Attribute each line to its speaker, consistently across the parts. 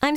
Speaker 1: I'm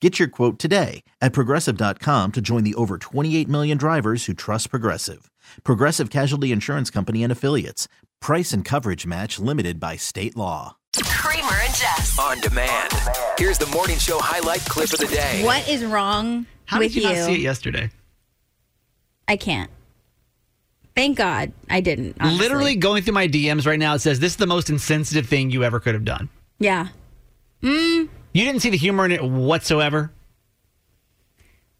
Speaker 2: Get your quote today at progressive.com to join the over 28 million drivers who trust Progressive. Progressive Casualty Insurance Company and Affiliates. Price and coverage match limited by state law.
Speaker 3: Kramer and Jess.
Speaker 4: On demand. Here's the morning show highlight clip of the day.
Speaker 5: What is wrong
Speaker 6: How
Speaker 5: with
Speaker 6: did you, not see it yesterday?
Speaker 5: I can't. Thank God I didn't. honestly.
Speaker 6: Literally going through my DMs right now, it says this is the most insensitive thing you ever could have done.
Speaker 5: Yeah. Mm,
Speaker 6: You didn't see the humor in it whatsoever.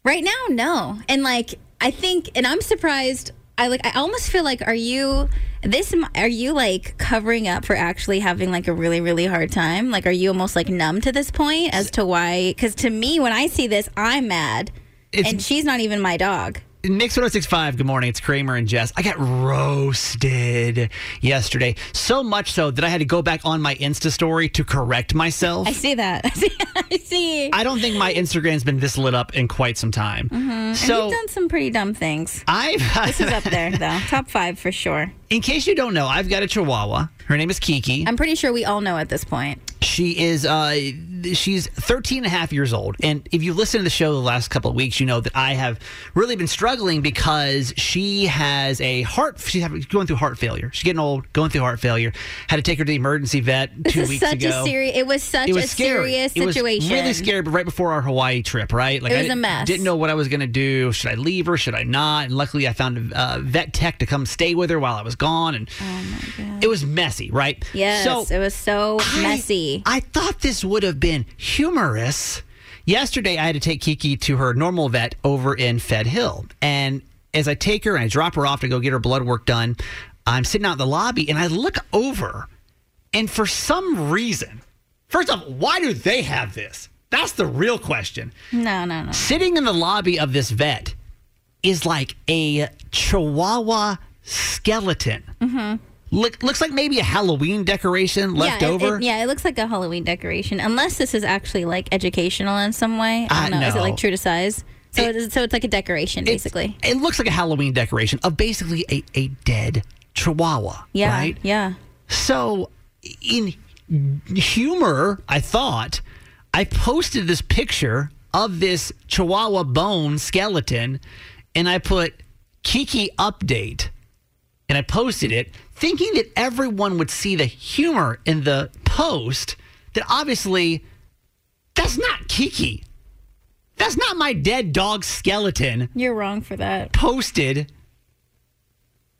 Speaker 5: Right now, no. And like, I think, and I'm surprised. I like. I almost feel like, are you this? m- Are you like covering up for actually having like a really, really hard time? Like, are you almost like numb to this point as to why? Because to me, when I see this, I'm mad,
Speaker 6: It's-
Speaker 5: and she's not even my dog.
Speaker 6: Mix 1065, good morning. It's Kramer and Jess. I got roasted yesterday. So much so that I had to go back on my Insta story to correct myself.
Speaker 5: I see that. I see. I see.
Speaker 6: I don't think my Instagram's been this lit up in quite some time. So
Speaker 5: Mm-hmm. You've done some pretty dumb things.
Speaker 6: I've,
Speaker 5: This is up there though, top five for sure.
Speaker 6: in case you don't know, I've got a Chihuahua. Her name is Kiki.
Speaker 5: I'm pretty sure we all know at this point.
Speaker 6: She is uh she's 13 and a half years old. And if you listen to the show the last couple of weeks, you know that I have really been struggling because she has a heart she's having- going through heart failure. She's getting old, going through heart failure. Had to take her to the emergency vet 2
Speaker 5: This is
Speaker 6: weeks
Speaker 5: such
Speaker 6: ago.
Speaker 5: a serious. It was such
Speaker 6: it was
Speaker 5: a
Speaker 6: scary.
Speaker 5: serious
Speaker 6: It was
Speaker 5: situation.
Speaker 6: really scary, but right before our Hawaii trip, right? Like
Speaker 5: It
Speaker 6: I
Speaker 5: was a
Speaker 6: didn't-
Speaker 5: mess.
Speaker 6: Didn't know what I was going to do. Should I leave her? Should I not? And luckily, I found a uh, vet tech to come stay with her while I was gone, and it was messy, right?
Speaker 5: Oh Yes,
Speaker 6: So
Speaker 5: it was so
Speaker 6: I-
Speaker 5: messy.
Speaker 6: I thought this would have been humorous. Yesterday, I had to take Kiki to her normal vet over in Fed Hill. And as I take her and I drop her off to go get her blood work done, I'm sitting out in the lobby and I look over. And for some reason, first off, why do they have this? That's the real question.
Speaker 5: no, no, no.
Speaker 6: Sitting in the lobby of this vet is like a chihuahua skeleton. Mm-hmm. Look, looks like maybe a Halloween decoration left
Speaker 5: yeah, it-
Speaker 6: over.
Speaker 5: It, yeah, it looks like a Halloween decoration. Unless this is actually like educational in some way. I don't
Speaker 6: Uh,
Speaker 5: know. Is it
Speaker 6: no.
Speaker 5: like true to size? So it is, so it's like a decoration
Speaker 6: It's-
Speaker 5: basically.
Speaker 6: It looks like a Halloween decoration of basically a, a dead chihuahua.
Speaker 5: Yeah,
Speaker 6: Right?
Speaker 5: yeah.
Speaker 6: So, in humor, I thought, I posted this picture of this chihuahua bone skeleton and I put Kiki update and I posted it thinking that everyone would see the humor in the post that obviously that's not Kiki. That's not my dead dog skeleton
Speaker 5: You're wrong for that.
Speaker 6: posted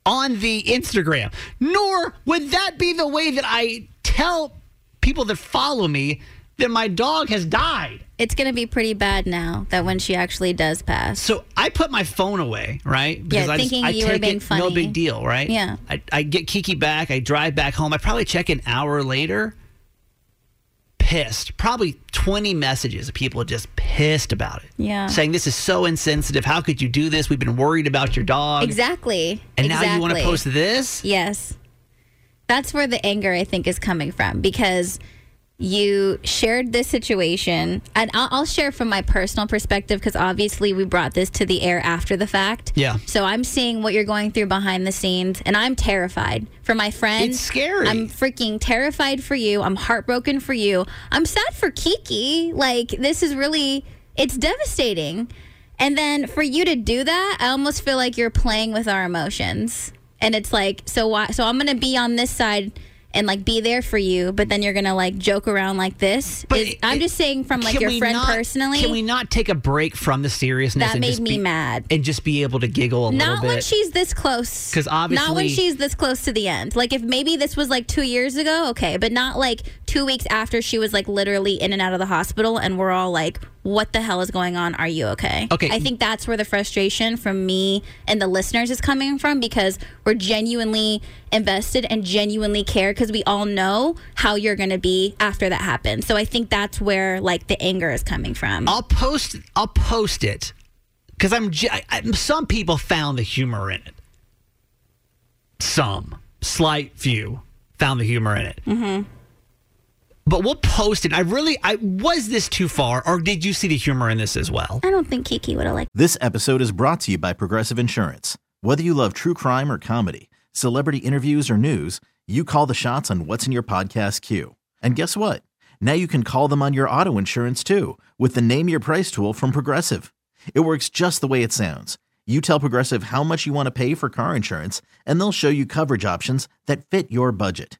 Speaker 6: on the Instagram. Nor would that be the way that I tell people that follow me that my dog has died.
Speaker 5: It's gonna be pretty bad now that when she actually does pass.
Speaker 6: So I put my phone away, right? I
Speaker 5: thinking you were being
Speaker 6: it,
Speaker 5: funny.
Speaker 6: No big deal, right?
Speaker 5: Yeah.
Speaker 6: I, I get Kiki back. I drive back home. I probably check an hour later. Pissed. Probably 20 messages of people just pissed about it.
Speaker 5: Yeah.
Speaker 6: Saying, this is so insensitive. How could you do this? We've been worried about your dog.
Speaker 5: exactly.
Speaker 6: And
Speaker 5: exactly.
Speaker 6: now you want to post this?
Speaker 5: Yes. That's where the anger I think is coming from because you shared this situation. And I'll, I'll share from my personal perspective because obviously we brought this to the air after the fact.
Speaker 6: Yeah.
Speaker 5: So I'm seeing what you're going through behind the scenes and I'm terrified for my friends.
Speaker 6: It's scary.
Speaker 5: I'm freaking terrified for you. I'm heartbroken for you. I'm sad for Kiki. Like, this is really, it's devastating. And then for you to do that, I almost feel like you're playing with our emotions. And it's like, so why? So I'm going to be on this side and like be there for you, but then you're gonna like joke around like this.
Speaker 6: But
Speaker 5: Is-
Speaker 6: it-
Speaker 5: I'm
Speaker 6: it-
Speaker 5: just saying from like
Speaker 6: Can
Speaker 5: your
Speaker 6: we
Speaker 5: friend
Speaker 6: not-
Speaker 5: personally.
Speaker 6: Can we not take a break from the seriousness?
Speaker 5: That
Speaker 6: and
Speaker 5: made
Speaker 6: just
Speaker 5: me
Speaker 6: be-
Speaker 5: mad.
Speaker 6: and just be able to giggle a
Speaker 5: not
Speaker 6: little
Speaker 5: when
Speaker 6: bit.
Speaker 5: she's this close.
Speaker 6: 'Cause
Speaker 5: not when
Speaker 6: obviously-
Speaker 5: she's this close to the end. Like if maybe this was like two years ago, okay, but not like two weeks after she was like literally in and out of the hospital, and we're all like, "What the hell is going on? Are you okay?"
Speaker 6: Okay.
Speaker 5: I think that's where the frustration from me and the listeners is coming from because we're genuinely invested and genuinely care because we all know how you're going to be after that happens. So I think that's where like the anger is coming from.
Speaker 6: I'll post. I'll post it because I'm. j- I, I- some people found the humor in it. Some slight few found the humor in it. Mm-hmm. But we'll post it. I really. I was this too far, or did you see the humor in this as well?
Speaker 5: I don't think Kiki would have liked.
Speaker 2: This episode is brought to you by Progressive Insurance. Whether you love true crime or comedy, celebrity interviews or news, you call the shots on what's in your podcast queue. And guess what? Now you can call them on your auto insurance too with the Name Your Price tool from Progressive. It works just the way it sounds. You tell Progressive how much you want to pay for car insurance, and they'll show you coverage options that fit your budget.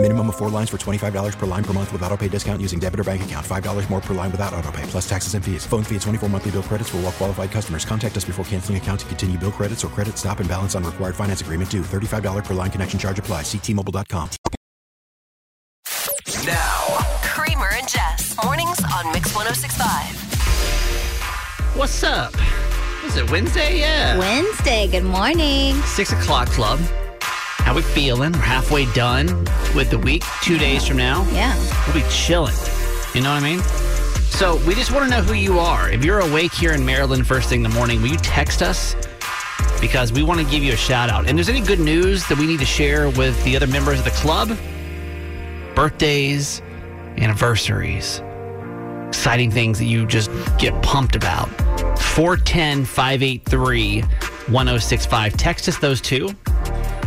Speaker 7: Minimum of four lines for $25 per line per month with auto pay discount using debit or bank account. $5 more per line without auto pay, plus taxes and fees. Phone fee at 24 monthly bill credits for all qualified customers. Contact us before canceling account to continue bill credits or credit stop and balance on required finance agreement due. $35 per line connection charge applies. Ctmobile.com.
Speaker 4: Now,
Speaker 8: Kramer and Jess. Mornings on Mix 1065.
Speaker 6: What's up? Is it Wednesday? Yeah.
Speaker 5: Wednesday. Good morning.
Speaker 6: Six o'clock club. How we feeling? We're halfway done with the week. Two days from now,
Speaker 5: Yeah.
Speaker 6: we'll be chilling. You know what I mean? So we just want to know who you are. If you're awake here in Maryland first thing in the morning, will you text us? Because we want to give you a shout out. And if there's any good news that we need to share with the other members of the club, birthdays, anniversaries, exciting things that you just get pumped about. 410 583 1065. Text us those two.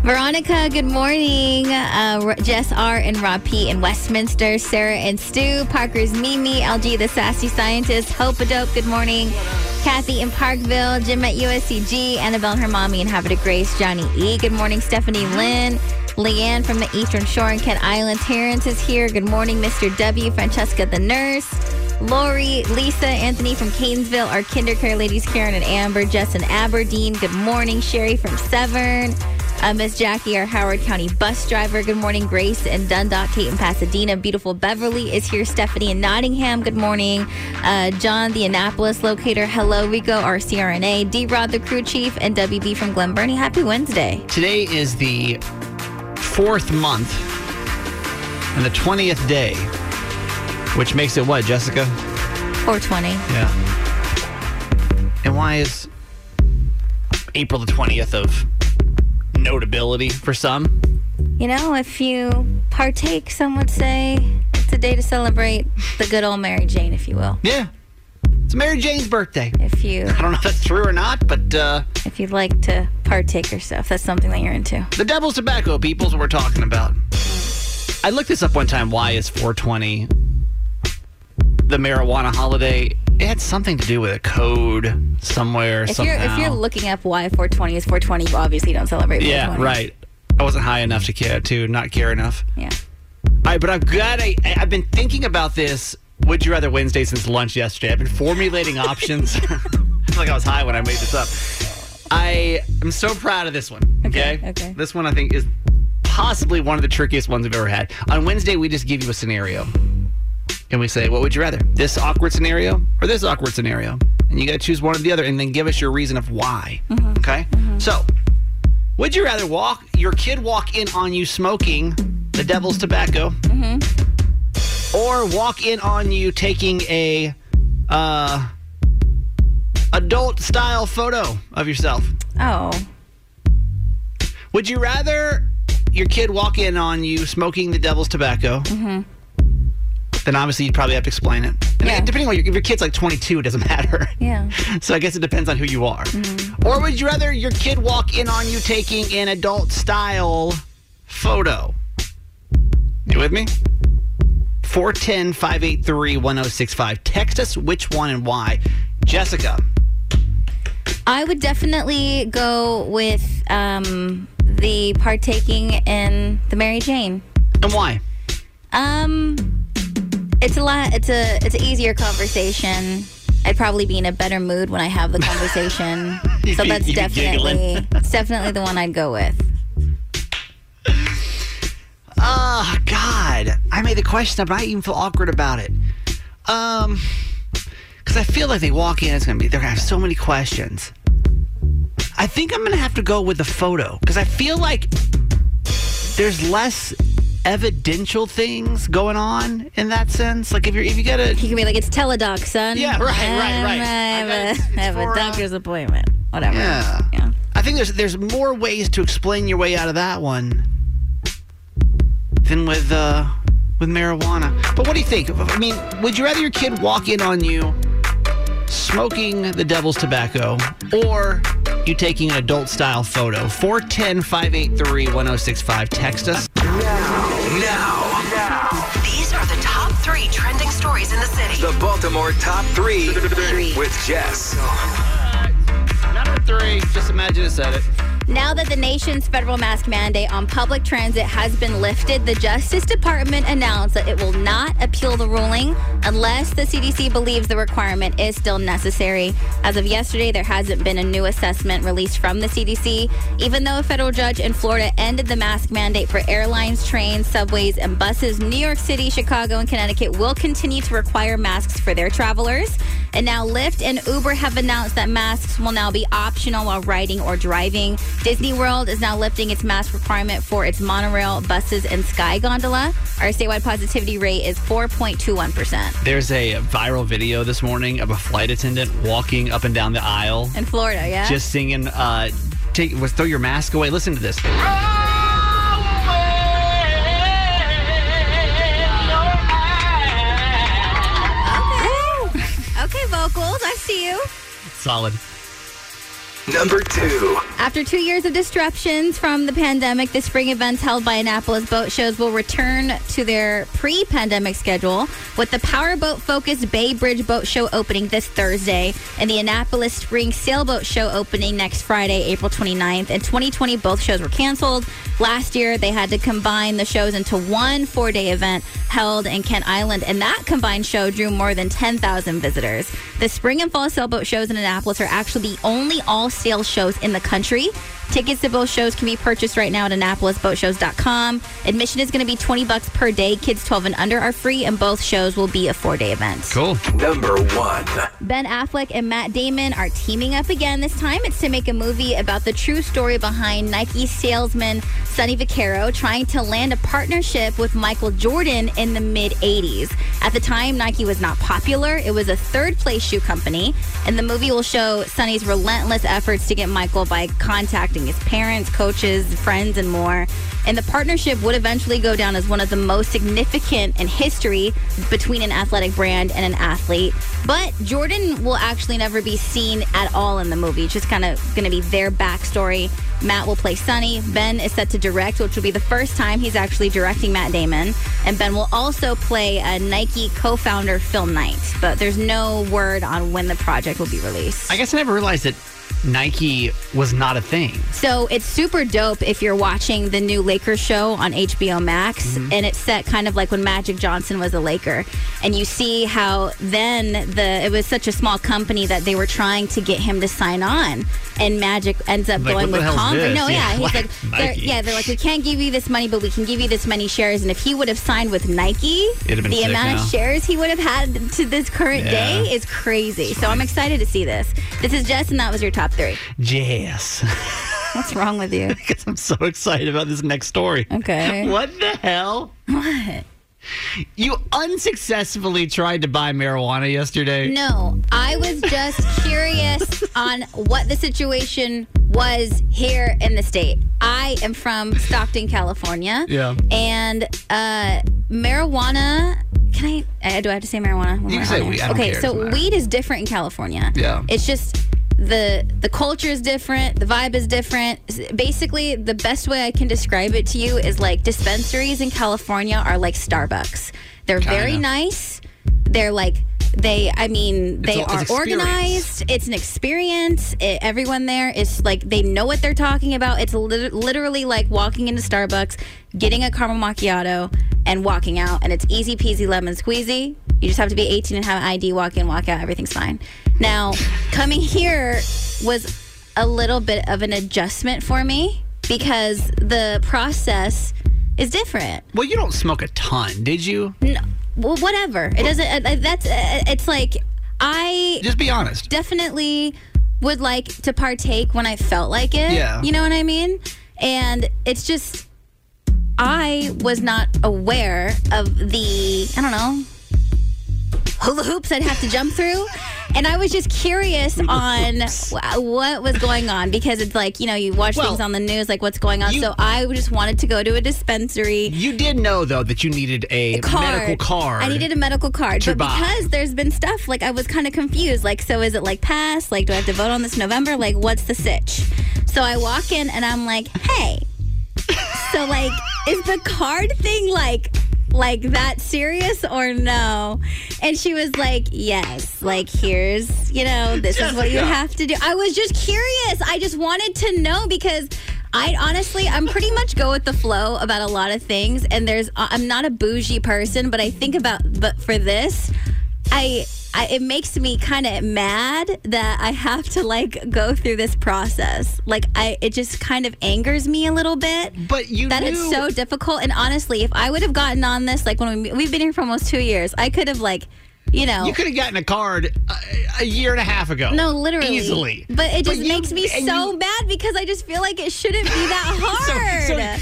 Speaker 5: Veronica, good morning. Uh, R- Jess R. and Rob P. in Westminster. Sarah and Stu. Parker's Mimi. LG, the sassy scientist. Hope a dope, good morning. Kathy in Parkville. Jim at USCG. Annabelle, her mommy, and Habit of Grace. Johnny E. Good morning. Stephanie Lynn. Leanne from the Eastern Shore in Kent Island. Terrence is here. Good morning, Mr. W. Francesca, the nurse. Lori, Lisa, Anthony from Canesville, our kinder care ladies, Karen and Amber, Jess in Aberdeen. Good morning, Sherry from Severn. Uh, Miss Jackie, our Howard County bus driver. Good morning, Grace and Dundalk, Kate in Pasadena. Beautiful Beverly is here. Stephanie in Nottingham. Good morning, uh, John, the Annapolis locator. Hello, Rico, our CRNA. D. Rod, the crew chief, and WB from Glen Burnie. Happy Wednesday.
Speaker 6: Today is the fourth month and the 20th day, which makes it what, Jessica?
Speaker 5: 420.
Speaker 6: Yeah. And why is April the 20th of notability for some?
Speaker 5: You know, if you partake, some would say it's a day to celebrate the good old Mary Jane, if you will.
Speaker 6: Yeah. It's Mary Jane's birthday.
Speaker 5: If you
Speaker 6: I don't know if that's true or not, but uh,
Speaker 5: if you'd like to partake or stuff, that's something that you're into.
Speaker 6: the devil's tobacco, people's what we're talking about. I looked this up one time. Why is 420 the marijuana holiday? It had something to do with a code somewhere.
Speaker 5: If
Speaker 6: somehow.
Speaker 5: you're if you're looking up why 420 is 420, you obviously don't celebrate.
Speaker 6: yeah,
Speaker 5: 420.
Speaker 6: right. I wasn't high enough to care to not care enough.
Speaker 5: Yeah.
Speaker 6: All right, but I'm glad I, I- I've been thinking about this. Would you rather Wednesday since lunch yesterday? I've been formulating options. I feel like I was high when I made this up. I am so proud of this one. Okay.
Speaker 5: Okay, okay.
Speaker 6: This one I think is possibly one of the trickiest ones I've ever had. On Wednesday, we just give you a scenario. and we say, what would you rather? This awkward scenario or this awkward scenario? And you got to choose one or the other and then give us your reason of why. Okay? So, would you rather walk your kid walk in on you smoking the devil's tobacco or walk in on you taking a uh, adult style photo of yourself?
Speaker 5: Oh.
Speaker 6: Would you rather your kid walk in on you smoking the devil's tobacco?
Speaker 5: Mm-hmm.
Speaker 6: Then obviously you'd probably have to explain it. And it- depending on your, if your kid's like 22, it doesn't matter.
Speaker 5: Yeah.
Speaker 6: so I guess it depends on who you are. Or would you rather your kid walk in on you taking an adult style photo? You with me? 410 583 1065. Text us which one and why. Jessica.
Speaker 5: I would definitely go with um, the partaking in the Mary Jane.
Speaker 6: And why?
Speaker 5: Um, it's a lot. It's a it's an easier conversation. I'd probably be in a better mood when I have the conversation. so
Speaker 6: be-
Speaker 5: that's
Speaker 6: you'd be giggling.
Speaker 5: definitely it's definitely the one I'd go with.
Speaker 6: Oh, God. I made the question up and I even feel awkward about it. Um, because I feel like they walk in, it's going to be, they're going to have so many questions. I think I'm going to have to go with the photo because I feel like there's less evidential things going on in that sense. Like if you're, if you get a,
Speaker 5: You can be like, it's teledoc, son. Um,
Speaker 6: Yeah, right, right,
Speaker 5: I
Speaker 6: right.
Speaker 5: have
Speaker 6: I
Speaker 5: a-
Speaker 6: got it. It's
Speaker 5: I have
Speaker 6: for,
Speaker 5: a
Speaker 6: uh,
Speaker 5: doctor's appointment. Whatever.
Speaker 6: Yeah.
Speaker 5: yeah.
Speaker 6: I think there's there's more ways to explain your way out of that one than with uh, with marijuana. But what do you think? I mean, would you rather your kid walk in on you smoking the devil's tobacco or you taking an adult style photo? 410-583-1065. Text us.
Speaker 4: Now,
Speaker 8: These are the top three trending stories in the city.
Speaker 4: the Baltimore top three with Jess.
Speaker 6: Number three, just imagine it said it.
Speaker 5: Now that the nation's federal mask mandate on public transit has been lifted, the Justice Department announced that it will not appeal the ruling unless the CDC believes the requirement is still necessary. As of yesterday, there hasn't been a new assessment released from the CDC, even though a federal judge in Florida ended the mask mandate for airlines, trains, subways, and buses. New York City, Chicago, and Connecticut will continue to require masks for their travelers. And now Lyft and Uber have announced that masks will now be optional while riding or driving. Disney World is now lifting its mask requirement for its monorail, buses, and sky gondola. Our statewide positivity rate is 4.21%.
Speaker 6: There's a viral video this morning of a flight attendant walking up and down the aisle
Speaker 5: In Florida, yeah?
Speaker 6: just singing uh take was throw your mask away listen to this
Speaker 5: okay. okay, vocals, I see you.
Speaker 6: solid
Speaker 4: Number two.
Speaker 5: After two years of disruptions from the pandemic, the spring events held by Annapolis boat shows will return to their pre pandemic schedule with the powerboat focused Bay Bridge Boat Show opening this Thursday and the Annapolis Spring Sailboat Show opening next Friday, April 29th. In 2020, both shows were canceled. Last year, they had to combine the shows into one four day event held in Kent Island, and that combined show drew more than 10,000 visitors. The spring and fall sailboat shows in Annapolis are actually the only all sail shows in the country. Tickets to both shows can be purchased right now at AnnapolisBoatShows.com. Admission is going to be 20 bucks per day. Kids 12 and under are free, and both shows will be a four day event.
Speaker 6: cool
Speaker 4: Number one.
Speaker 5: Ben Affleck and Matt Damon are teaming up again. This time it's to make a movie about the true story behind Nike salesman Sonny Vaccaro trying to land a partnership with Michael Jordan in the mid 80s. At the time, Nike was not popular, it was a third place shoe company, and the movie will show Sonny's relentless efforts to get Michael by contacting his parents, coaches, friends, and more. And the partnership would eventually go down as one of the most significant in history between an athletic brand and an athlete. But Jordan will actually never be seen at all in the movie. It's just kind of going to be their backstory. Matt will play Sonny. Ben is set to direct, which will be the first time he's actually directing Matt Damon. And Ben will also play a Nike co founder film night. But there's no word on when the project will be released.
Speaker 6: i guess i never realized that Nike was not a thing.
Speaker 5: So it's super dope if you're watching the new Lakers show on HBO Max,
Speaker 9: Mm-hmm.
Speaker 6: Mhm.
Speaker 5: and it's set kind of like when Magic Johnson was a Laker, and you see how then the it was such a small company that they were trying to get him to sign on, and Magic ends up
Speaker 9: Like,
Speaker 5: going
Speaker 9: what the
Speaker 5: with
Speaker 9: hell's
Speaker 5: Converse.
Speaker 9: this?
Speaker 5: No,
Speaker 9: Yeah,
Speaker 5: yeah, he's
Speaker 9: like,
Speaker 5: like, they're,
Speaker 9: Nike.
Speaker 5: yeah, they're like, we can't give you this money, but we can give you this many shares, and if he would have signed with Nike,
Speaker 9: It'd have been
Speaker 5: the
Speaker 9: sick
Speaker 5: amount
Speaker 9: now.
Speaker 5: of shares he would have had to this current
Speaker 6: Yeah.
Speaker 5: day is crazy. So I'm excited to see this. This is Jess, and that was your top three.
Speaker 6: Yes.
Speaker 5: What's wrong with you?
Speaker 6: because I'm so excited about this next story.
Speaker 5: Okay.
Speaker 6: What the hell?
Speaker 5: What?
Speaker 6: You unsuccessfully tried to buy marijuana yesterday.
Speaker 5: No, I was just curious on what the situation was here in the state. I am from Stockton, California.
Speaker 6: Yeah.
Speaker 5: And uh, marijuana. Can I? Uh, do I have to say marijuana? when
Speaker 6: You
Speaker 5: we're
Speaker 6: can say
Speaker 5: on
Speaker 6: weed.
Speaker 5: air?
Speaker 6: I don't
Speaker 5: okay,
Speaker 6: care. It doesn't
Speaker 5: so
Speaker 6: matter.
Speaker 5: weed is different in California.
Speaker 6: Yeah.
Speaker 5: It's just the the culture is different. The vibe is different. S- Basically, the best way I can describe it to you is like dispensaries in California are like Starbucks. They're very
Speaker 9: Kinda.
Speaker 5: nice. They're like they. I mean,
Speaker 9: It's
Speaker 5: they
Speaker 9: all-
Speaker 5: are
Speaker 9: it's experience.
Speaker 5: organized. It's an experience. It, everyone there is like they know what they're talking about. It's lit- literally like walking into Starbucks, getting a caramel macchiato, and walking out. And it's easy peasy lemon squeezy. You just have to be 18 and have an ID. Walk in, walk out. Everything's fine. Now, coming here was a little bit of an adjustment for me because the process is different.
Speaker 6: Well, you don't smoke a ton, did you?
Speaker 5: No, well, whatever. It doesn't. Uh, uh, that's. Uh, it's like I.
Speaker 6: Just be honest.
Speaker 5: Definitely would like to partake when I felt like it.
Speaker 6: Yeah.
Speaker 5: You know what I mean? And it's just I was not aware of the. I don't know. Hula hoops I'd have to jump through. And I was just curious on wh- what was going on because it's like, you know, you watch
Speaker 6: Well,
Speaker 5: things on the news, like what's going on.
Speaker 6: you-
Speaker 5: so I just wanted to go to a dispensary.
Speaker 6: You did know though that you needed a medical card.
Speaker 5: I needed a medical card,
Speaker 6: to
Speaker 5: but
Speaker 6: buy.
Speaker 5: because there's been stuff like I was kind of confused. Like, so is it like pass? Like, do I have to vote on this November? Like, what's the sitch? So I walk in and I'm like, hey. so like, is the card thing like? Like that serious or no? And she was like, "Yes. Like here's, you know, this is what you
Speaker 9: Jessica.
Speaker 5: have to do." I was just curious. I just wanted to know because I honestly, I'm pretty much go with the flow about a lot of things. And there's, uh, I'm not a bougie person, but I think about, but for this, I, I it makes me kind of mad that I have to like go through this process. Like I, it just kind of angers me a little bit.
Speaker 6: But you
Speaker 5: that it's
Speaker 9: knew-
Speaker 5: so difficult. And honestly, if I would have gotten on this, like when we, we've been here for almost two years, I could have like, you know,
Speaker 6: You could have gotten a card a, a year and a half ago.
Speaker 5: Oh. no, literally.
Speaker 6: Easily.
Speaker 5: But it just
Speaker 6: you-
Speaker 5: makes me
Speaker 6: and
Speaker 5: so mad because I just feel like it shouldn't be that hard.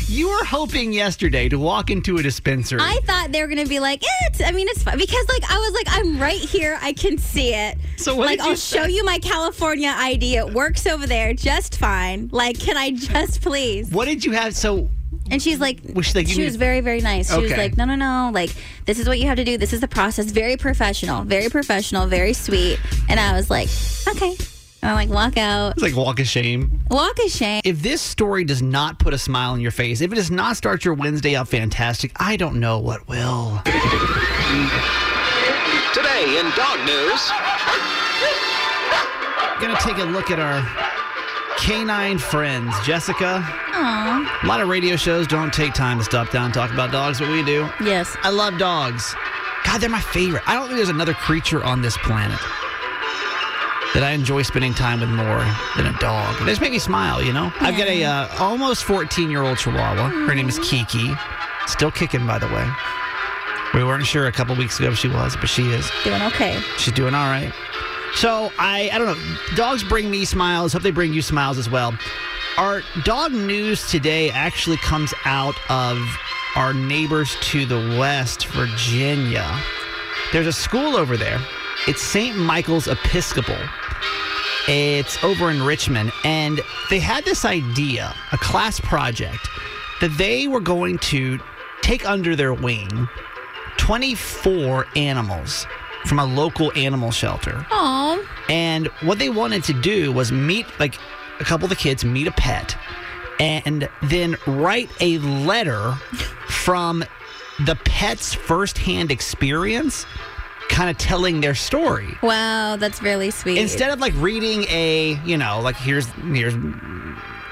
Speaker 6: You were hoping yesterday to walk into a dispensary.
Speaker 5: I thought they were gonna be like, eh, it's, I mean, it's fine because like I was like, I'm right here, I can see it.
Speaker 6: So what
Speaker 5: like,
Speaker 6: did you
Speaker 5: I'll show
Speaker 6: say?
Speaker 5: you my California ID. It works over there just fine. Like, can I just please?
Speaker 6: what did you have? So
Speaker 5: And she's like,
Speaker 6: Was she like, you need-
Speaker 5: was very, very nice. She was
Speaker 6: Okay.
Speaker 5: like, no, no, no. Like, this is what you have to do. This is the process. Very professional, very professional, very sweet. And I was like, okay. And I like walk out,
Speaker 6: it's like walk of shame.
Speaker 5: walk a shame.
Speaker 6: If this story does not put a smile on your face, if it does not start your Wednesday out fantastic, I don't know what will.
Speaker 4: Today in dog news.
Speaker 6: Gonna take a look at our canine friends, Jessica.
Speaker 5: Aw,
Speaker 6: A lot of radio shows don't take time to stop down and talk about dogs, but we do.
Speaker 5: Yes.
Speaker 6: I love dogs. God, they're my favorite. I don't think there's another creature on this planet that I enjoy spending time with more than a dog. They just make me smile, you know? I've got a uh, almost 14 year old chihuahua. Her name is Kiki. Still kicking, by the way. We weren't sure a couple weeks ago if she was, but she is.
Speaker 5: doing okay.
Speaker 6: She's doing all right. So I, I don't know. Dogs bring me smiles. Hope they bring you smiles as well. Our dog news today actually comes out of our neighbors to the west, Virginia. There's a school over there. It's St. Michael's Episcopal. It's over in Richmond, and they had this idea, a class project, that they were going to take under their wing 24 animals from a local animal shelter.
Speaker 5: Aw,
Speaker 6: And what they wanted to do was meet, like, a couple of the kids meet a pet and then write a letter from the pet's firsthand experience kind of telling their story.
Speaker 5: Wow, that's really sweet.
Speaker 6: Instead of like reading a, you know, like here's here's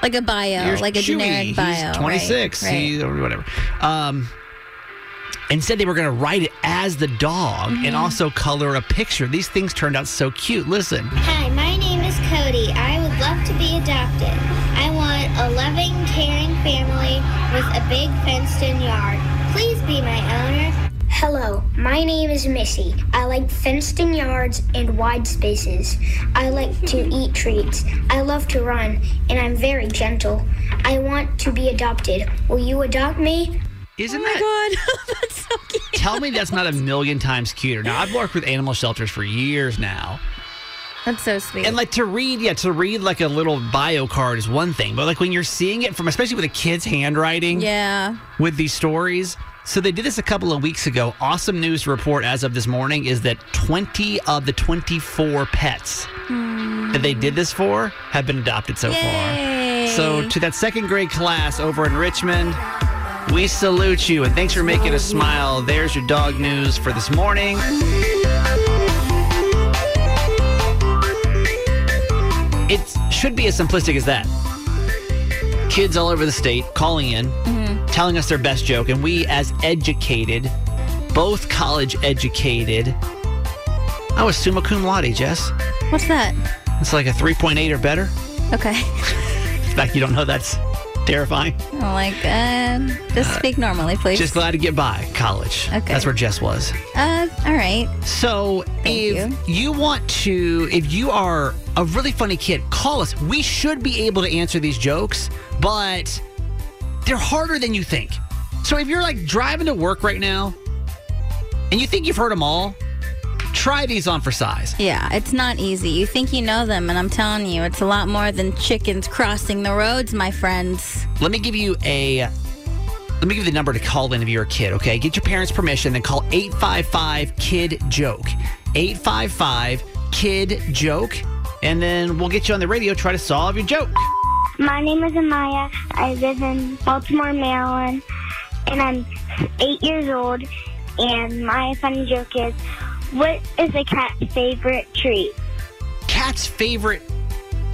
Speaker 5: like a bio,
Speaker 6: here's
Speaker 5: like a
Speaker 6: Chewy,
Speaker 5: generic
Speaker 6: he's
Speaker 5: bio. right,
Speaker 6: 26,
Speaker 5: right.
Speaker 6: he- or whatever. Um, instead, they were going to write it as the dog
Speaker 5: Mm-hmm.
Speaker 6: and also color a picture. These things turned out so cute. Listen.
Speaker 9: Hi, my name is Cody. I would love to be adopted. I want a loving, caring family with a big fenced in yard. Please be my owner. Hello, my name is Missy. I like fenced in yards and wide spaces. I like to eat treats. I love to run, and I'm very gentle. I want to be adopted. Will you adopt me?
Speaker 6: Isn't that
Speaker 5: Oh God, that's so cute.
Speaker 6: Tell me that's not a million times cuter. Now I've worked with animal shelters for years now.
Speaker 5: That's so sweet.
Speaker 6: And like to read, yeah, to read like a little bio card is one thing, but like when you're seeing it from especially with a kid's handwriting.
Speaker 5: Yeah.
Speaker 6: With these stories. So they did this a couple of weeks ago. Awesome news to report as of this morning is that 20 of the 24 pets that they did this for have been adopted so
Speaker 5: Yay.
Speaker 6: far. So to that second grade class over in Richmond, we salute you and thanks for making us smile. There's your dog news for this morning. It should be as simplistic as that. Kids all over the state calling in, telling us their best joke, and we, as educated, both college educated, I was summa cum laude, Jess.
Speaker 5: What's that?
Speaker 6: It's like a 3.8 or better.
Speaker 5: Okay.
Speaker 6: In fact, you don't know that's terrifying.
Speaker 5: Oh my God. Just speak normally, please.
Speaker 6: Uh, Just glad to get by college.
Speaker 5: Okay.
Speaker 6: That's where Jess was.
Speaker 5: uh, all right.
Speaker 6: So if you. want to, if you are a really funny kid, call us. We should be able to answer these jokes, but they're harder than you think. So if you're like driving to work right now and you think you've heard them all, try these on for size.
Speaker 5: Yeah, it's not easy. You think you know them, and I'm telling you, it's a lot more than chickens crossing the roads, my friends.
Speaker 6: Let me give you a. Let me give you the number to call in if you're a kid, okay? Get your parents' permission, then call 855 Kid Joke. 855 Kid Joke. And then we'll get you on the radio, try to solve your joke.
Speaker 9: My name is Amaya. I live in Baltimore, Maryland, and I'm eight years old. And my funny joke is, what is a cat's favorite treat?
Speaker 6: Cat's favorite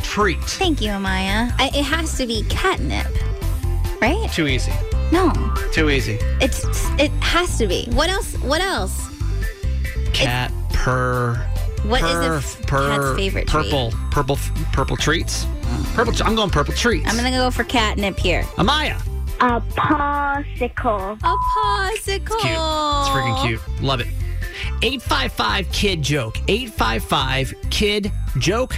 Speaker 6: treat.
Speaker 5: Thank you, Amaya. I, it has to be catnip, right?
Speaker 6: Too easy.
Speaker 5: No,
Speaker 6: Too easy.
Speaker 5: it's it has to be. What else? What else?
Speaker 6: Cat purr.
Speaker 5: What is a
Speaker 6: purr,
Speaker 5: f-
Speaker 6: purr,
Speaker 5: cat's favorite treat?
Speaker 6: purple, Purple, f- purple treats. Purple. tr- I'm going purple treats.
Speaker 5: I'm gonna go for catnip here.
Speaker 6: Amaya.
Speaker 9: A popsicle.
Speaker 5: A popsicle.
Speaker 6: Cute. It's freaking cute. Love it. 855 Kid Joke. 855 Kid Joke.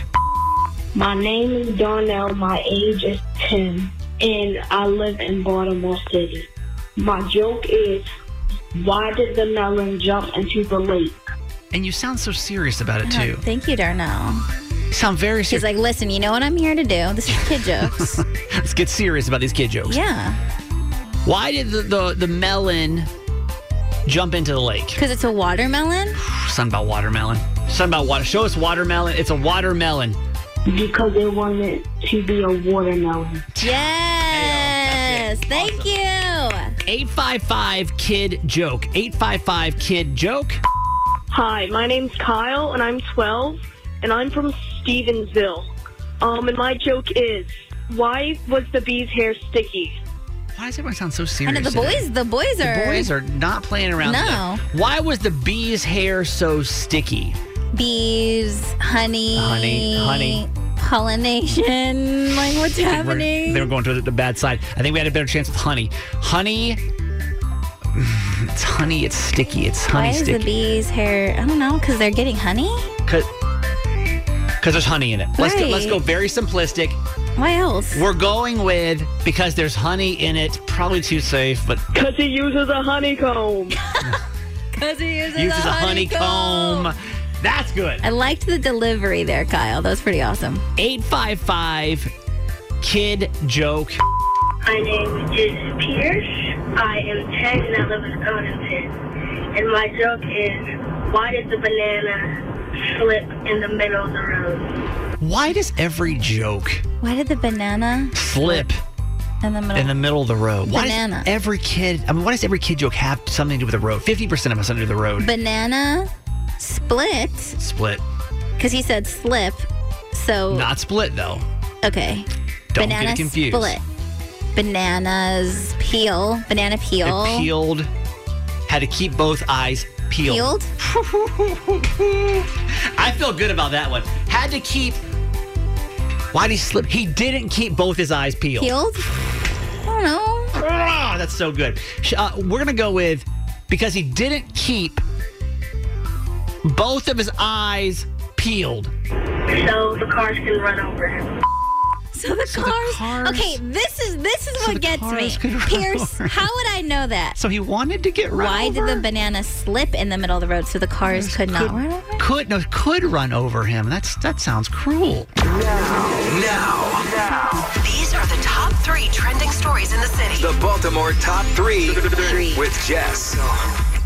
Speaker 10: My name is Darnell. My age is 10, and I live in Baltimore City. My joke is why did the melon jump into the lake?
Speaker 6: And you sound so serious about it, too.
Speaker 5: Oh, Thank you, Darnell.
Speaker 6: sound very
Speaker 5: Uh-huh. He's
Speaker 6: serious.
Speaker 5: like, listen, you know what I'm here to do. This is kid jokes.
Speaker 6: Let's get serious about these kid jokes.
Speaker 5: yeah,
Speaker 6: Why did the, the, the melon jump into the lake?
Speaker 5: because it's a watermelon.
Speaker 6: Something about watermelon. Something about water. Show us watermelon. It's a watermelon.
Speaker 10: Because it wanted to be a watermelon.
Speaker 5: Yes. Thank you.
Speaker 6: 855 Kid Joke. 855 Kid Joke.
Speaker 11: Hi, my name's Kyle, and I'm 12, and I'm from Stevensville. Um, and my joke is, why was the bee's hair sticky?
Speaker 6: Why does everyone sound so
Speaker 5: I
Speaker 6: serious?
Speaker 5: know the
Speaker 6: today?
Speaker 5: boys. The boys
Speaker 6: The
Speaker 5: are.
Speaker 6: boys are not playing around.
Speaker 5: No.
Speaker 6: today. Why was the bee's hair so sticky?
Speaker 5: bees, honey,
Speaker 6: Honey, honey.
Speaker 5: pollination. Like what's
Speaker 6: I think we're-
Speaker 5: happening?
Speaker 6: They were going to the, the bad side. I think we had a better chance with honey. Honey. It's honey. It's sticky. It's honey
Speaker 5: Why is
Speaker 6: sticky.
Speaker 5: the bees' hair? I don't know, because they're getting honey.
Speaker 6: Cause, 'cause there's honey in it. Let's go, let's
Speaker 5: Right.
Speaker 6: go very simplistic.
Speaker 5: Why else?
Speaker 6: We're going with because there's honey in it. Probably too safe, but
Speaker 11: Because he uses a honeycomb.
Speaker 5: Because he uses,
Speaker 6: uses a honeycomb. That's good.
Speaker 5: I liked the delivery there, Kyle. That was pretty awesome.
Speaker 6: 855 kid joke.
Speaker 10: My name is Pierce. I am 10, and I live in Arlington. And my joke is why did the banana slip in the middle of the road?
Speaker 6: Why does every joke
Speaker 5: Why did the banana
Speaker 6: slip
Speaker 5: in the middle?
Speaker 6: in the middle of the road? Why
Speaker 5: Banana.
Speaker 6: does every kid, I mean, why does every kid joke have something to do with the road? 50% of us under the road.
Speaker 5: banana Split,
Speaker 6: Split.
Speaker 5: because he said slip. So,
Speaker 6: Not split though.
Speaker 5: okay.
Speaker 6: Don't
Speaker 5: banana
Speaker 6: get it confused.
Speaker 5: split. Bananas peel. Banana peel.
Speaker 6: It peeled. Had to keep both eyes peeled.
Speaker 5: Peeled?
Speaker 6: I feel good about that one. Had to keep. Why did he slip? He didn't keep both his eyes peeled.
Speaker 5: Peeled? I don't know.
Speaker 6: Ah, that's so good. Sh- Uh, we're gonna go with because he didn't keep both of his eyes peeled.
Speaker 10: So the cars can run over.
Speaker 5: So the, cars, Okay, this is this is what gets
Speaker 6: cars
Speaker 5: me. Pierce, how would I know that?
Speaker 6: So he wanted to get run
Speaker 5: Why did
Speaker 6: over?
Speaker 5: the banana slip in the middle of the road so the cars could not run? over?
Speaker 6: Could no could run over him. That's that sounds cruel.
Speaker 4: Now,
Speaker 8: These are the top three trending stories in the city.
Speaker 4: the Baltimore top three with Jess.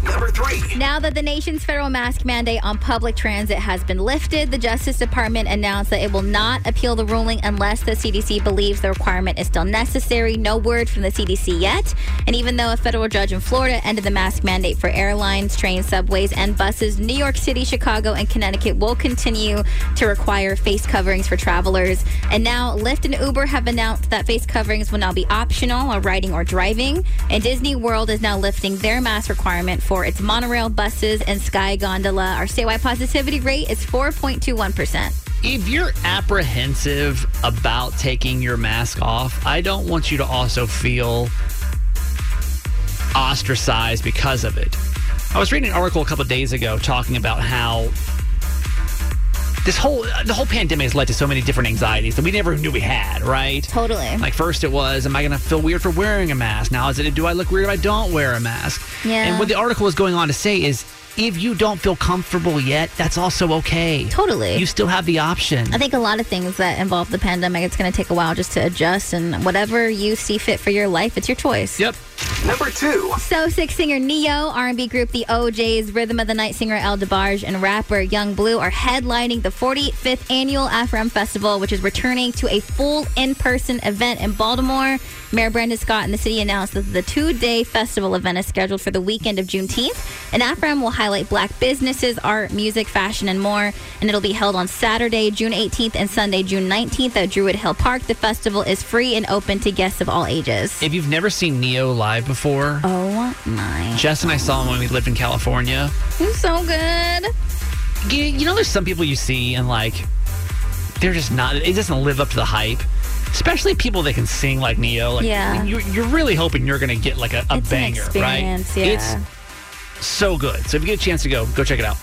Speaker 4: Number three.
Speaker 5: Now that the nation's federal mask mandate on public transit has been lifted, the Justice Department announced that it will not appeal the ruling unless the CDC believes the requirement is still necessary. No word from the CDC yet. And even though a federal judge in Florida ended the mask mandate for airlines, trains, subways, and buses, New York City, Chicago, and Connecticut will continue to require face coverings for travelers. And now Lyft and Uber have announced that face coverings will now be optional while riding or driving. And Disney World is now lifting their mask requirement for its monorail buses and sky gondola. Our statewide positivity rate is 4.21%.
Speaker 6: If you're apprehensive about taking your mask off, I don't want you to also feel ostracized because of it. I was reading an article a couple of days ago talking about how this whole the whole pandemic has led to so many different anxieties that we never knew we had, right?
Speaker 5: Totally.
Speaker 6: Like first it was, am I going to feel weird for wearing a mask? Now is it do I look weird if I don't wear a mask?
Speaker 5: Yeah.
Speaker 6: And what the article is going on to say is if you don't feel comfortable yet, that's also okay.
Speaker 5: Totally.
Speaker 6: You still have the option.
Speaker 5: I think a lot of things that involve the pandemic, it's going to take a while just to adjust. And whatever you see fit for your life, it's your choice.
Speaker 6: Yep.
Speaker 4: Number two.
Speaker 5: So sick singer Neo, R&B group The OJ's, Rhythm of the Night singer El DeBarge, and rapper Young Blue are headlining the 45th annual Afrem Festival, which is returning to a full in-person event in Baltimore. Mayor Brandon Scott and the city announced that the two-day festival event is scheduled for the weekend of Juneteenth, and Afrem will highlight Black businesses, art, music, fashion, and more. And it'll be held on Saturday, June 18th, and Sunday, June 19th at Druid Hill Park. The festival is free and open to guests of all ages.
Speaker 6: If you've never seen Neo live before,
Speaker 5: Oh my!
Speaker 6: Jess and I saw him when we lived in California.
Speaker 5: It's so good.
Speaker 6: You, you know, there's some people you see and like they're just not. It doesn't live up to the hype. Especially people that can sing like Neo. Like,
Speaker 5: Yeah.
Speaker 6: You're, you're really hoping you're going to get like a, a
Speaker 5: It's an
Speaker 6: banger,
Speaker 5: experience,
Speaker 6: right?
Speaker 5: yeah.
Speaker 6: It's so good. So if you get a chance to go, go check it out.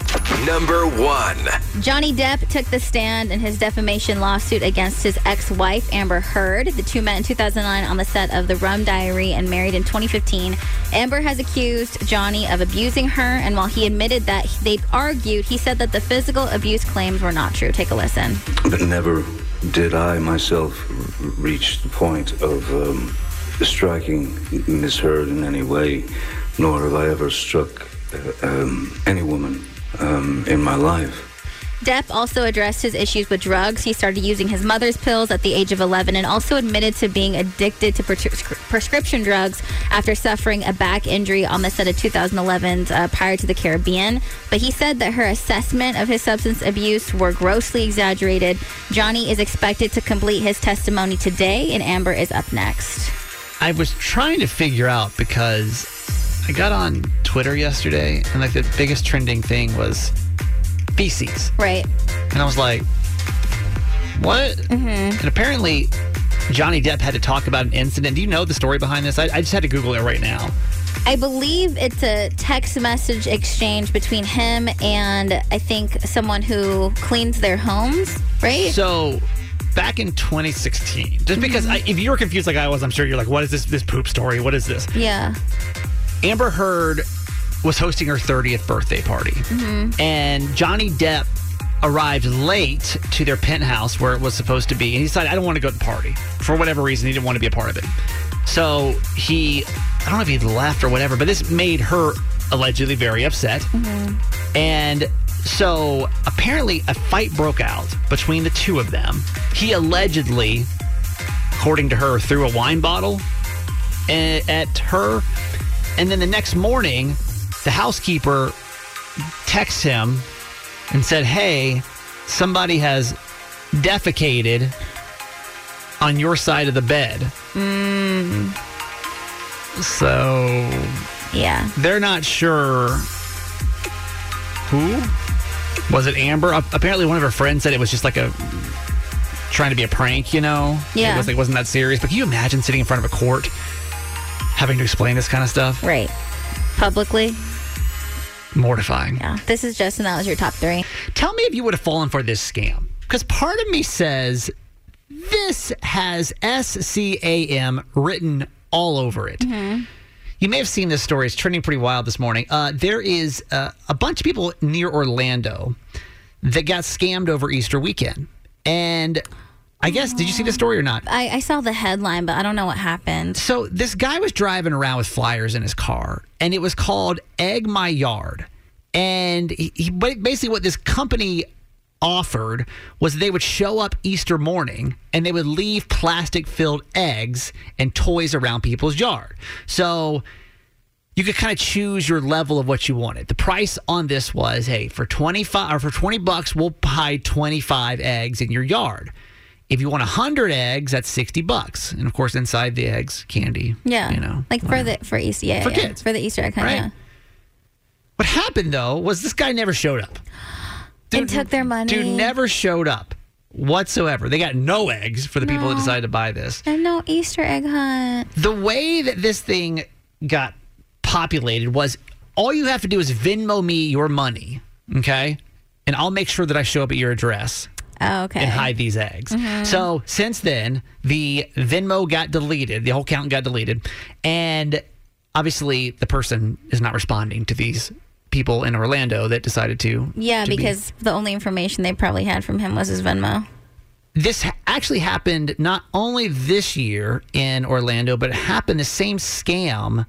Speaker 4: Number one.
Speaker 5: Johnny Depp took the stand in his defamation lawsuit against his ex wife, Amber Heard. The two met in 2009 on the set of The Rum Diary and married in 2015. Amber has accused Johnny of abusing her, and while he admitted that they argued, he said that the physical abuse claims were not true. Take a listen.
Speaker 12: But never did I myself r- reach the point of um, striking Miss Heard in any way, nor have I ever struck uh, um, any woman um, in my life.
Speaker 5: Depp also addressed his issues with drugs. He started using his mother's pills at the age of 11 and also admitted to being addicted to prescri- prescription drugs after suffering a back injury on the set of 2011's uh, Prior to the Caribbean. But he said that her assessment of his substance abuse were grossly exaggerated. Johnny is expected to complete his testimony today, and Amber is up next.
Speaker 6: I was trying to figure out because I got on Twitter yesterday and like the biggest trending thing was feces.
Speaker 5: Right.
Speaker 6: And I was like, what? And apparently, Johnny Depp had to talk about an incident. Do you know the story behind this? I, I just had to Google it right now.
Speaker 5: I believe it's a text message exchange between him and I think someone who cleans their homes, right?
Speaker 6: So, back in 2016, just because I, if you were confused like I was, I'm sure you're like, what is this? This poop story? What is this?
Speaker 5: Yeah.
Speaker 6: Amber Heard was hosting her 30th birthday party. and Johnny Depp arrived late to their penthouse where it was supposed to be, and he decided I don't want to go to the party for whatever reason. He didn't want to be a part of it, so he I don't know if he left or whatever, but this made her allegedly very upset, and. So apparently, a fight broke out between the two of them. He allegedly, according to her, threw a wine bottle a- at her. And then the next morning, the housekeeper texts him and said, hey, somebody has defecated on your side of the bed.
Speaker 5: Mm,
Speaker 6: So
Speaker 5: yeah.
Speaker 6: they're not sure who was it. Amber Ap- apparently one of her friends said it was just like a trying to be a prank, you know.
Speaker 5: Yeah.
Speaker 6: it was like wasn't that serious. But can you imagine sitting in front of a court having to explain this kind of stuff?
Speaker 5: Right. Publicly.
Speaker 6: Mortifying.
Speaker 5: Yeah. This is Justin. That was your top three.
Speaker 6: Tell me if you would have fallen for this scam. Because part of me says this has SCAM written all over it. You may have seen this story. It's trending pretty wild this morning. Uh, there is uh, a bunch of people near Orlando that got scammed over Easter weekend. And I guess, did you see the story or not?
Speaker 5: I, I saw the headline, but I don't know what happened.
Speaker 6: So this guy was driving around with flyers in his car, and it was called "Egg My Yard." And he, he ba- basically what this company offered was they would show up Easter morning and they would leave plastic-filled eggs and toys around people's yard. So you could kind of choose your level of what you wanted. The price on this was, hey, for 25 or for 20 bucks, we'll hide 25 eggs in your yard. If you want 100 eggs, that's 60 bucks. And of course, inside the eggs, candy.
Speaker 5: Yeah.
Speaker 6: You know.
Speaker 5: Like for the for Easter. Yeah.
Speaker 6: For
Speaker 5: yeah.
Speaker 6: kids.
Speaker 5: For the Easter egg hunt.
Speaker 6: Right.
Speaker 5: Yeah.
Speaker 6: What happened though was this guy never showed up.
Speaker 5: and took their money.
Speaker 6: Dude never showed up whatsoever. They got no eggs for the people that
Speaker 5: No.
Speaker 6: decided to buy this.
Speaker 5: And no Easter egg hunt.
Speaker 6: The way that this thing got populated was all you have to do is Venmo me your money, okay? And I'll make sure that I show up at your address
Speaker 5: Oh, okay.
Speaker 6: and hide these eggs.
Speaker 5: Mhm.
Speaker 6: So since then, the Venmo got deleted, the whole account got deleted, and obviously the person is not responding to these people in Orlando that decided to.
Speaker 5: Yeah,
Speaker 6: to be-
Speaker 5: because the only information they probably had from him was his Venmo.
Speaker 6: this ha- actually happened not only this year in Orlando, but it happened the same scam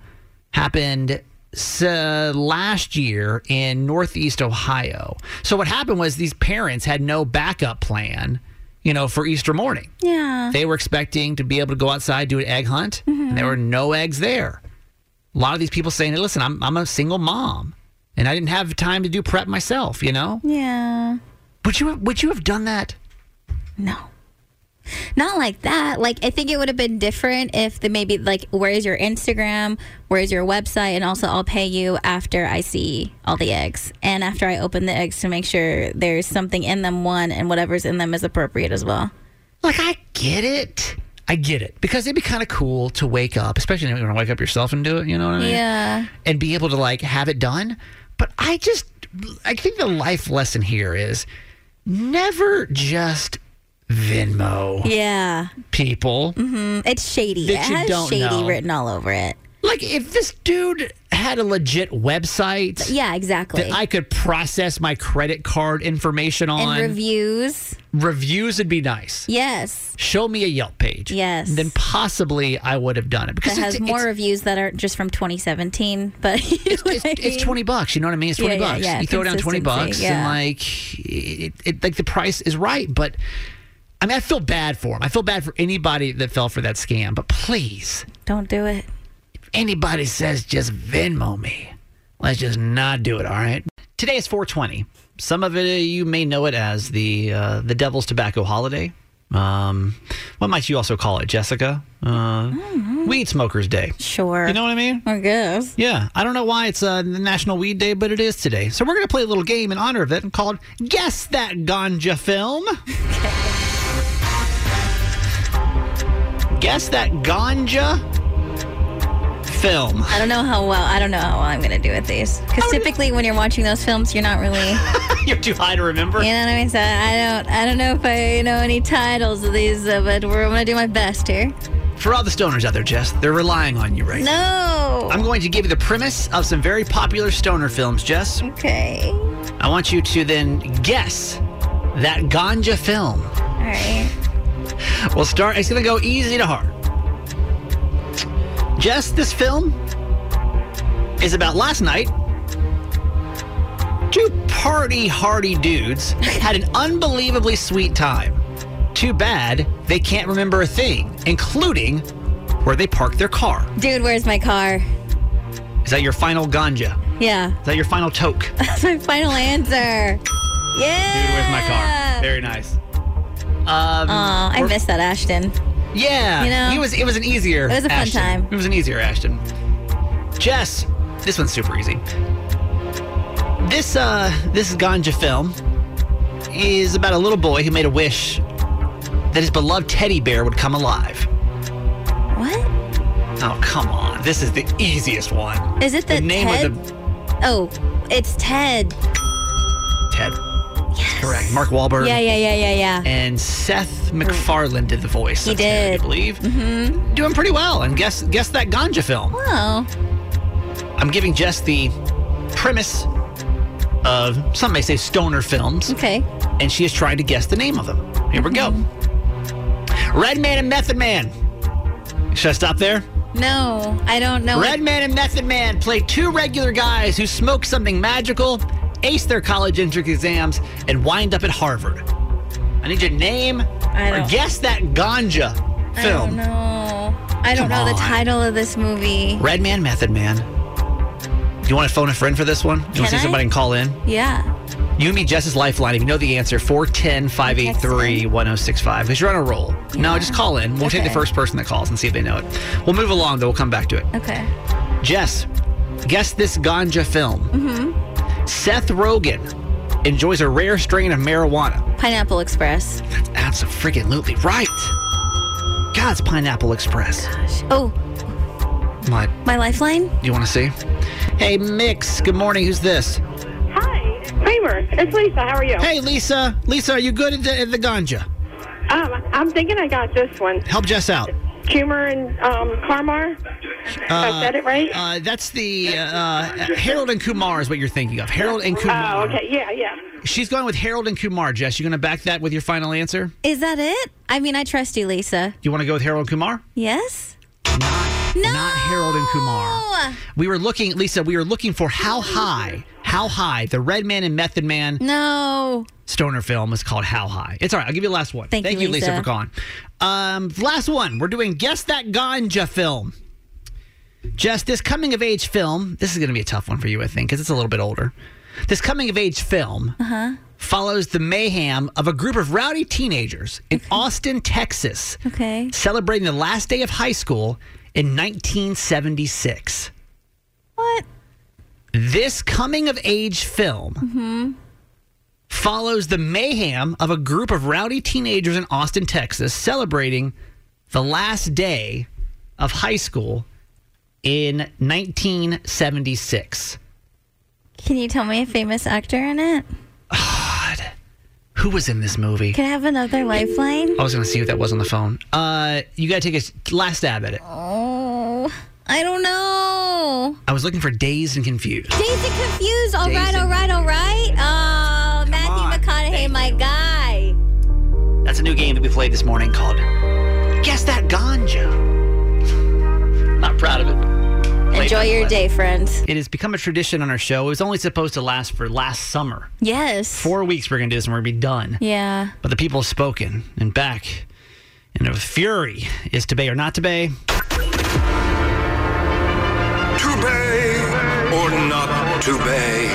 Speaker 6: happened s- uh, last year in Northeast Ohio. So what happened was these parents had no backup plan, you know, for Easter morning.
Speaker 5: Uh-huh. Yeah.
Speaker 6: They were expecting to be able to go outside, do an egg hunt, and there were no eggs there. A lot of these people saying, hey, listen, I'm, I'm a single mom and I didn't have time to do prep myself, you know?
Speaker 5: Mm-hmm. Yeah.
Speaker 6: Would you, would you have done that?
Speaker 5: Not like that. Like I think it would have been different if the maybe like where is your Instagram, where is your website, and also I'll pay you after I see all the eggs and after I open the eggs to make sure there's something in them one and whatever's in them is appropriate as well.
Speaker 6: Like I get it. I get it because it'd be kind of cool to wake up, especially if you want to wake up yourself and do it. You know what I mean?
Speaker 5: Yeah.
Speaker 6: And be able to like have it done. But I just, I think the life lesson here is never just Venmo
Speaker 5: Yeah.
Speaker 6: people.
Speaker 5: hmm It's shady.
Speaker 6: That
Speaker 5: it
Speaker 6: you
Speaker 5: has
Speaker 6: don't
Speaker 5: shady
Speaker 6: know.
Speaker 5: written all over it.
Speaker 6: Like if this dude had a legit website
Speaker 5: Yeah, exactly.
Speaker 6: that I could process my credit card information on,
Speaker 5: and reviews.
Speaker 6: reviews would be nice.
Speaker 5: Yes.
Speaker 6: Show me a Yelp page.
Speaker 5: Yes.
Speaker 6: Then possibly I would have done it because
Speaker 5: That has
Speaker 6: it's-
Speaker 5: more
Speaker 6: it's-
Speaker 5: reviews that are just from 2017, but it's,
Speaker 6: it's 20 bucks you know what i mean it's 20
Speaker 5: Yeah, yeah,
Speaker 6: bucks
Speaker 5: yeah,
Speaker 6: you throw down 20
Speaker 5: consistency,
Speaker 6: bucks and
Speaker 5: yeah.
Speaker 6: like it, it, like the price is right but i mean i feel bad for him i feel bad for anybody that fell for that scam but please
Speaker 5: Don't do it.
Speaker 6: if anybody says just venmo me let's just not do it all right today is 420 some of it uh, you may know it as the uh, the devil's tobacco holiday um, what might you also call it jessica uh, weed smokers day
Speaker 5: Mm-hmm. Sure. You know
Speaker 6: what I mean?
Speaker 5: I guess.
Speaker 6: yeah, I don't know why it's uh, National Weed Day, but it is today. So we're going to play a little game in honor of it called Guess That Ganja Film. Guess That Ganja Film.
Speaker 5: I don't know how well. I don't know how well I'm gonna do with these. Because typically, when you're watching those films, you're not really. you
Speaker 6: You're too high to remember?
Speaker 5: know what I mean? So I don't. I don't know if I know any titles of these, uh, but we're, I'm gonna do my best here.
Speaker 6: For all the stoners out there, Jess, they're relying on you right now.
Speaker 5: No.
Speaker 6: I'm going to give you the premise of some very popular stoner films, Jess.
Speaker 5: Okay.
Speaker 6: I want you to then guess that ganja film.
Speaker 5: All right.
Speaker 6: We'll start. It's going to go easy to hard. Jess, this film is about last night. Two party hardy dudes had an unbelievably sweet time. Too bad they can't remember a thing, including where they parked their car.
Speaker 5: Dude, where's my car?
Speaker 6: Is that your final ganja?
Speaker 5: Yeah.
Speaker 6: Is that your final toke?
Speaker 5: That's my final answer.
Speaker 6: Dude, where's my car? Very nice. Um,
Speaker 5: Aw, I
Speaker 6: we're-
Speaker 5: miss that Ashton.
Speaker 6: Yeah,
Speaker 5: You know?
Speaker 6: he was. It was an easier.
Speaker 5: It was a fun
Speaker 6: Ashton.
Speaker 5: time.
Speaker 6: It was an easier Ashton. Jess, this one's super easy. This uh, this ganja film is about a little boy who made a wish that his beloved teddy bear would come alive.
Speaker 5: What?
Speaker 6: Oh come on, this is the easiest one.
Speaker 5: Is it the,
Speaker 6: name
Speaker 5: Ted?
Speaker 6: of the
Speaker 5: Oh, it's Ted.
Speaker 6: Ted. Correct. Mark Wahlberg.
Speaker 5: Yeah, yeah, yeah, yeah, yeah.
Speaker 6: And Seth MacFarlane did the voice.
Speaker 5: He
Speaker 6: of Ted,
Speaker 5: did.
Speaker 6: I believe.
Speaker 5: Mm-hmm.
Speaker 6: Doing pretty well. And guess guess that ganja film.
Speaker 5: Wow.
Speaker 6: I'm giving Jess the premise of some may say stoner films.
Speaker 5: Okay.
Speaker 6: And she is trying to guess the name of them. Here we go.
Speaker 5: Mm-hmm.
Speaker 6: Red Man and Method Man. Should I stop there?
Speaker 5: No, I don't know.
Speaker 6: Red
Speaker 5: what-
Speaker 6: Man and Method Man play two regular guys who smoke something magical, ace their college entrance exams, and wind up at Harvard. I need you to name or
Speaker 5: don't-
Speaker 6: guess that ganja
Speaker 5: I don't
Speaker 6: film.
Speaker 5: know. I don't know
Speaker 6: Come
Speaker 5: the
Speaker 6: on.
Speaker 5: title of this movie.
Speaker 6: Red Man, Method Man. Do you want to phone a friend for this one? Do you
Speaker 5: Can
Speaker 6: want to see
Speaker 5: I?
Speaker 6: somebody and call in?
Speaker 5: Yeah.
Speaker 6: You and me, Jess's lifeline. If you know the answer, 410 583 1065. Because you're on a roll. No, just call in. We'll take the
Speaker 5: Okay.
Speaker 6: first person that calls and see if they know it. We'll move along, though. We'll come back to it.
Speaker 5: Okay.
Speaker 6: Jess, guess this ganja film.
Speaker 5: Mm-hmm.
Speaker 6: Seth Rogen enjoys a rare strain of marijuana.
Speaker 5: Pineapple Express.
Speaker 6: That's absolutely right. God's Pineapple Express.
Speaker 5: Oh,
Speaker 6: My,
Speaker 5: my lifeline?
Speaker 6: you want to see? Hey, Mix. Good morning. Who's this?
Speaker 13: Kramer, it's Lisa. How are you?
Speaker 6: Hey, Lisa. Lisa, are you good at the, at the ganja?
Speaker 13: Um, I'm thinking I got this one.
Speaker 6: Help Jess out.
Speaker 13: Humor and um, Karmar. I said it right.
Speaker 6: Uh, that's the uh, Harold and Kumar is what you're thinking of. Harold and Kumar.
Speaker 13: Oh, okay. Yeah, yeah.
Speaker 6: She's going with Harold and Kumar. Jess, you going to back that with your final answer? Do
Speaker 5: Is that it? I mean, I trust you, Lisa.
Speaker 6: you want to go with Harold and Kumar?
Speaker 5: Yes?
Speaker 6: No. Not Harold and Kumar. We were looking, Lisa. We were looking for how high, how high the Red Man and Method Man
Speaker 5: No.
Speaker 6: stoner film is called. How high? It's all right. I'll give you the last one.
Speaker 5: Thank you,
Speaker 6: you, Lisa.
Speaker 5: Lisa.
Speaker 6: for calling. Um, last one. We're doing guess that ganja film. Jess, this coming of age film. This is going to be a tough one for you, I think, because it's a little bit older. This coming of age film
Speaker 5: Uh huh.
Speaker 6: follows the mayhem of a group of rowdy teenagers in Austin, Texas,
Speaker 5: Okay.
Speaker 6: celebrating the last day of high school in 1976.
Speaker 5: What?
Speaker 6: This coming of age film
Speaker 5: Mm-hmm.
Speaker 6: follows the mayhem of a group of rowdy teenagers in Austin, Texas, celebrating the last day of high school in 1976.
Speaker 5: Can you tell me a famous actor in it?
Speaker 6: Who was in this movie?
Speaker 5: Can I have another lifeline?
Speaker 6: I was going to see who that was on the phone. Uh, you got to take a s- last stab at it.
Speaker 5: Oh, I don't know.
Speaker 6: I was looking for Dazed and Confused.
Speaker 5: Days and confused. All right,
Speaker 6: Dazed
Speaker 5: all right, all right. Oh, Matthew McConaughey, my guy.
Speaker 6: That's a new game that we played this morning called Guess That Ganja. Not proud of it.
Speaker 5: Enjoy your day, friends.
Speaker 6: It has become a tradition on our show. It was only supposed to last for last summer.
Speaker 5: Yes.
Speaker 6: Four weeks we're going to do this and we're going to be done.
Speaker 5: Yeah.
Speaker 6: But the people have spoken and back in a fury is to bay or not to bay.
Speaker 4: To bay or not to bay?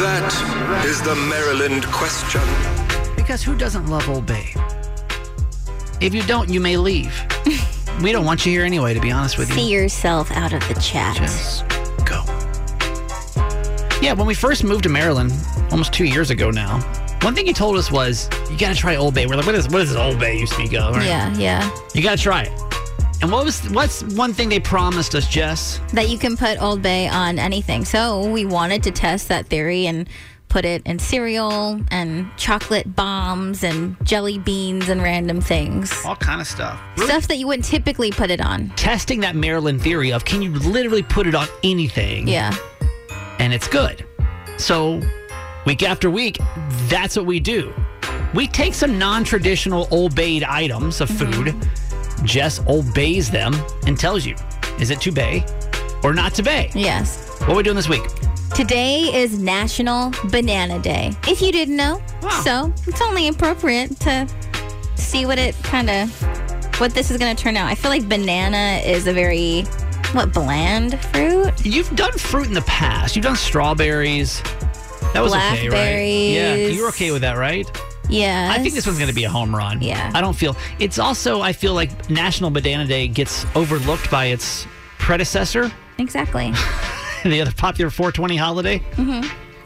Speaker 4: That is the Maryland question.
Speaker 6: Because who doesn't love Old Bay? If you don't, you may leave. we don't want you here anyway, to be honest with you.
Speaker 5: See yourself out of the chat.
Speaker 6: go. Yeah, when we first moved to Maryland almost two years ago now, one thing he told us was, you got to try Old Bay. We're like, what is, what is this Old Bay you speak of? right?
Speaker 5: Yeah, yeah.
Speaker 6: You got to try it. And what was what's one thing they promised us, Jess?
Speaker 5: That you can put Old Bay on anything. So we wanted to test that theory and put it in cereal and chocolate bombs and jelly beans and random things.
Speaker 6: All kind of stuff.
Speaker 5: Stuff that you wouldn't typically put it on.
Speaker 6: Testing that Maryland theory of can you literally put it on anything?
Speaker 5: Yeah.
Speaker 6: and it's good. So, week after week, that's what we do. We take some non traditional Old Bayed items of food, Jess Old Bays them and tells you is it to bay or not to bay?
Speaker 5: Yes.
Speaker 6: What are we doing this week?
Speaker 5: Today is National Banana Day. If you didn't know, so it's only appropriate to see what it kind of what this is going to turn out. I feel like banana is a very what bland fruit.
Speaker 6: You've done fruit in the past, you've done strawberries. That was okay, right? Yeah,
Speaker 5: Blackberries.
Speaker 6: you're okay with that, right?
Speaker 5: Yeah.
Speaker 6: I think this one's going to be a home run.
Speaker 5: Yeah.
Speaker 6: I don't feel it's also I feel like National Banana Day gets overlooked by its predecessor,
Speaker 5: Exactly.
Speaker 6: the other popular 420 holiday.
Speaker 5: hmm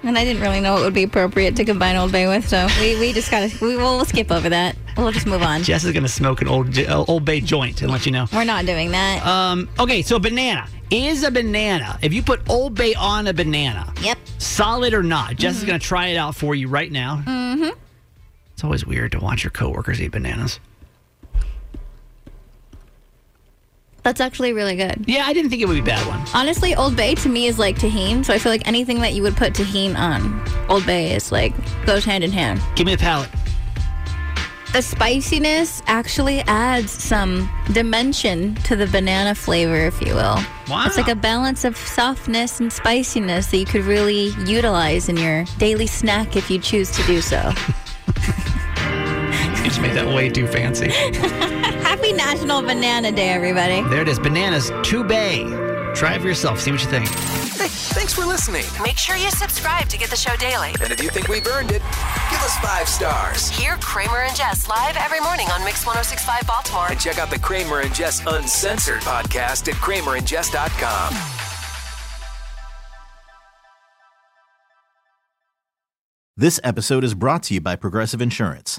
Speaker 5: And I didn't really know what would be appropriate to combine Old Bay with, so we, we just gotta we will we'll skip over that. We'll just move on.
Speaker 6: Jess is going to smoke an old J- uh, Old Bay joint and let you know.
Speaker 5: We're not doing that.
Speaker 6: Um. Okay, so banana is a banana. If you put Old Bay on a banana,
Speaker 5: Yep.
Speaker 6: solid or not, Jess is going to try it out for you right now.
Speaker 5: Mm-hmm.
Speaker 6: It's always weird to watch your coworkers eat bananas.
Speaker 5: That's actually really good.
Speaker 6: Yeah, I didn't think it would be a bad one.
Speaker 5: Honestly, Old Bay to me is like tahine, so I feel like anything that you would put tahine on, Old Bay is like goes hand in hand.
Speaker 6: Give me the palate.
Speaker 5: The spiciness actually adds some dimension to the banana flavor, if you will.
Speaker 6: Wow.
Speaker 5: It's like a balance of softness and spiciness that you could really utilize in your daily snack if you choose to do so.
Speaker 6: You just made that way too fancy.
Speaker 5: Happy National Banana Day, everybody.
Speaker 6: there it is. Bananas to bay. Try it for yourself. See what you think.
Speaker 4: Hey, thanks for listening.
Speaker 8: Make sure you subscribe to get the show daily.
Speaker 4: And if you think we've earned it, give us five stars.
Speaker 8: Hear Kramer and Jess live every morning on Mix 1065 Baltimore.
Speaker 4: And check out the Kramer and Jess Uncensored podcast at kramerandjess.com.
Speaker 2: This episode is brought to you by Progressive Insurance.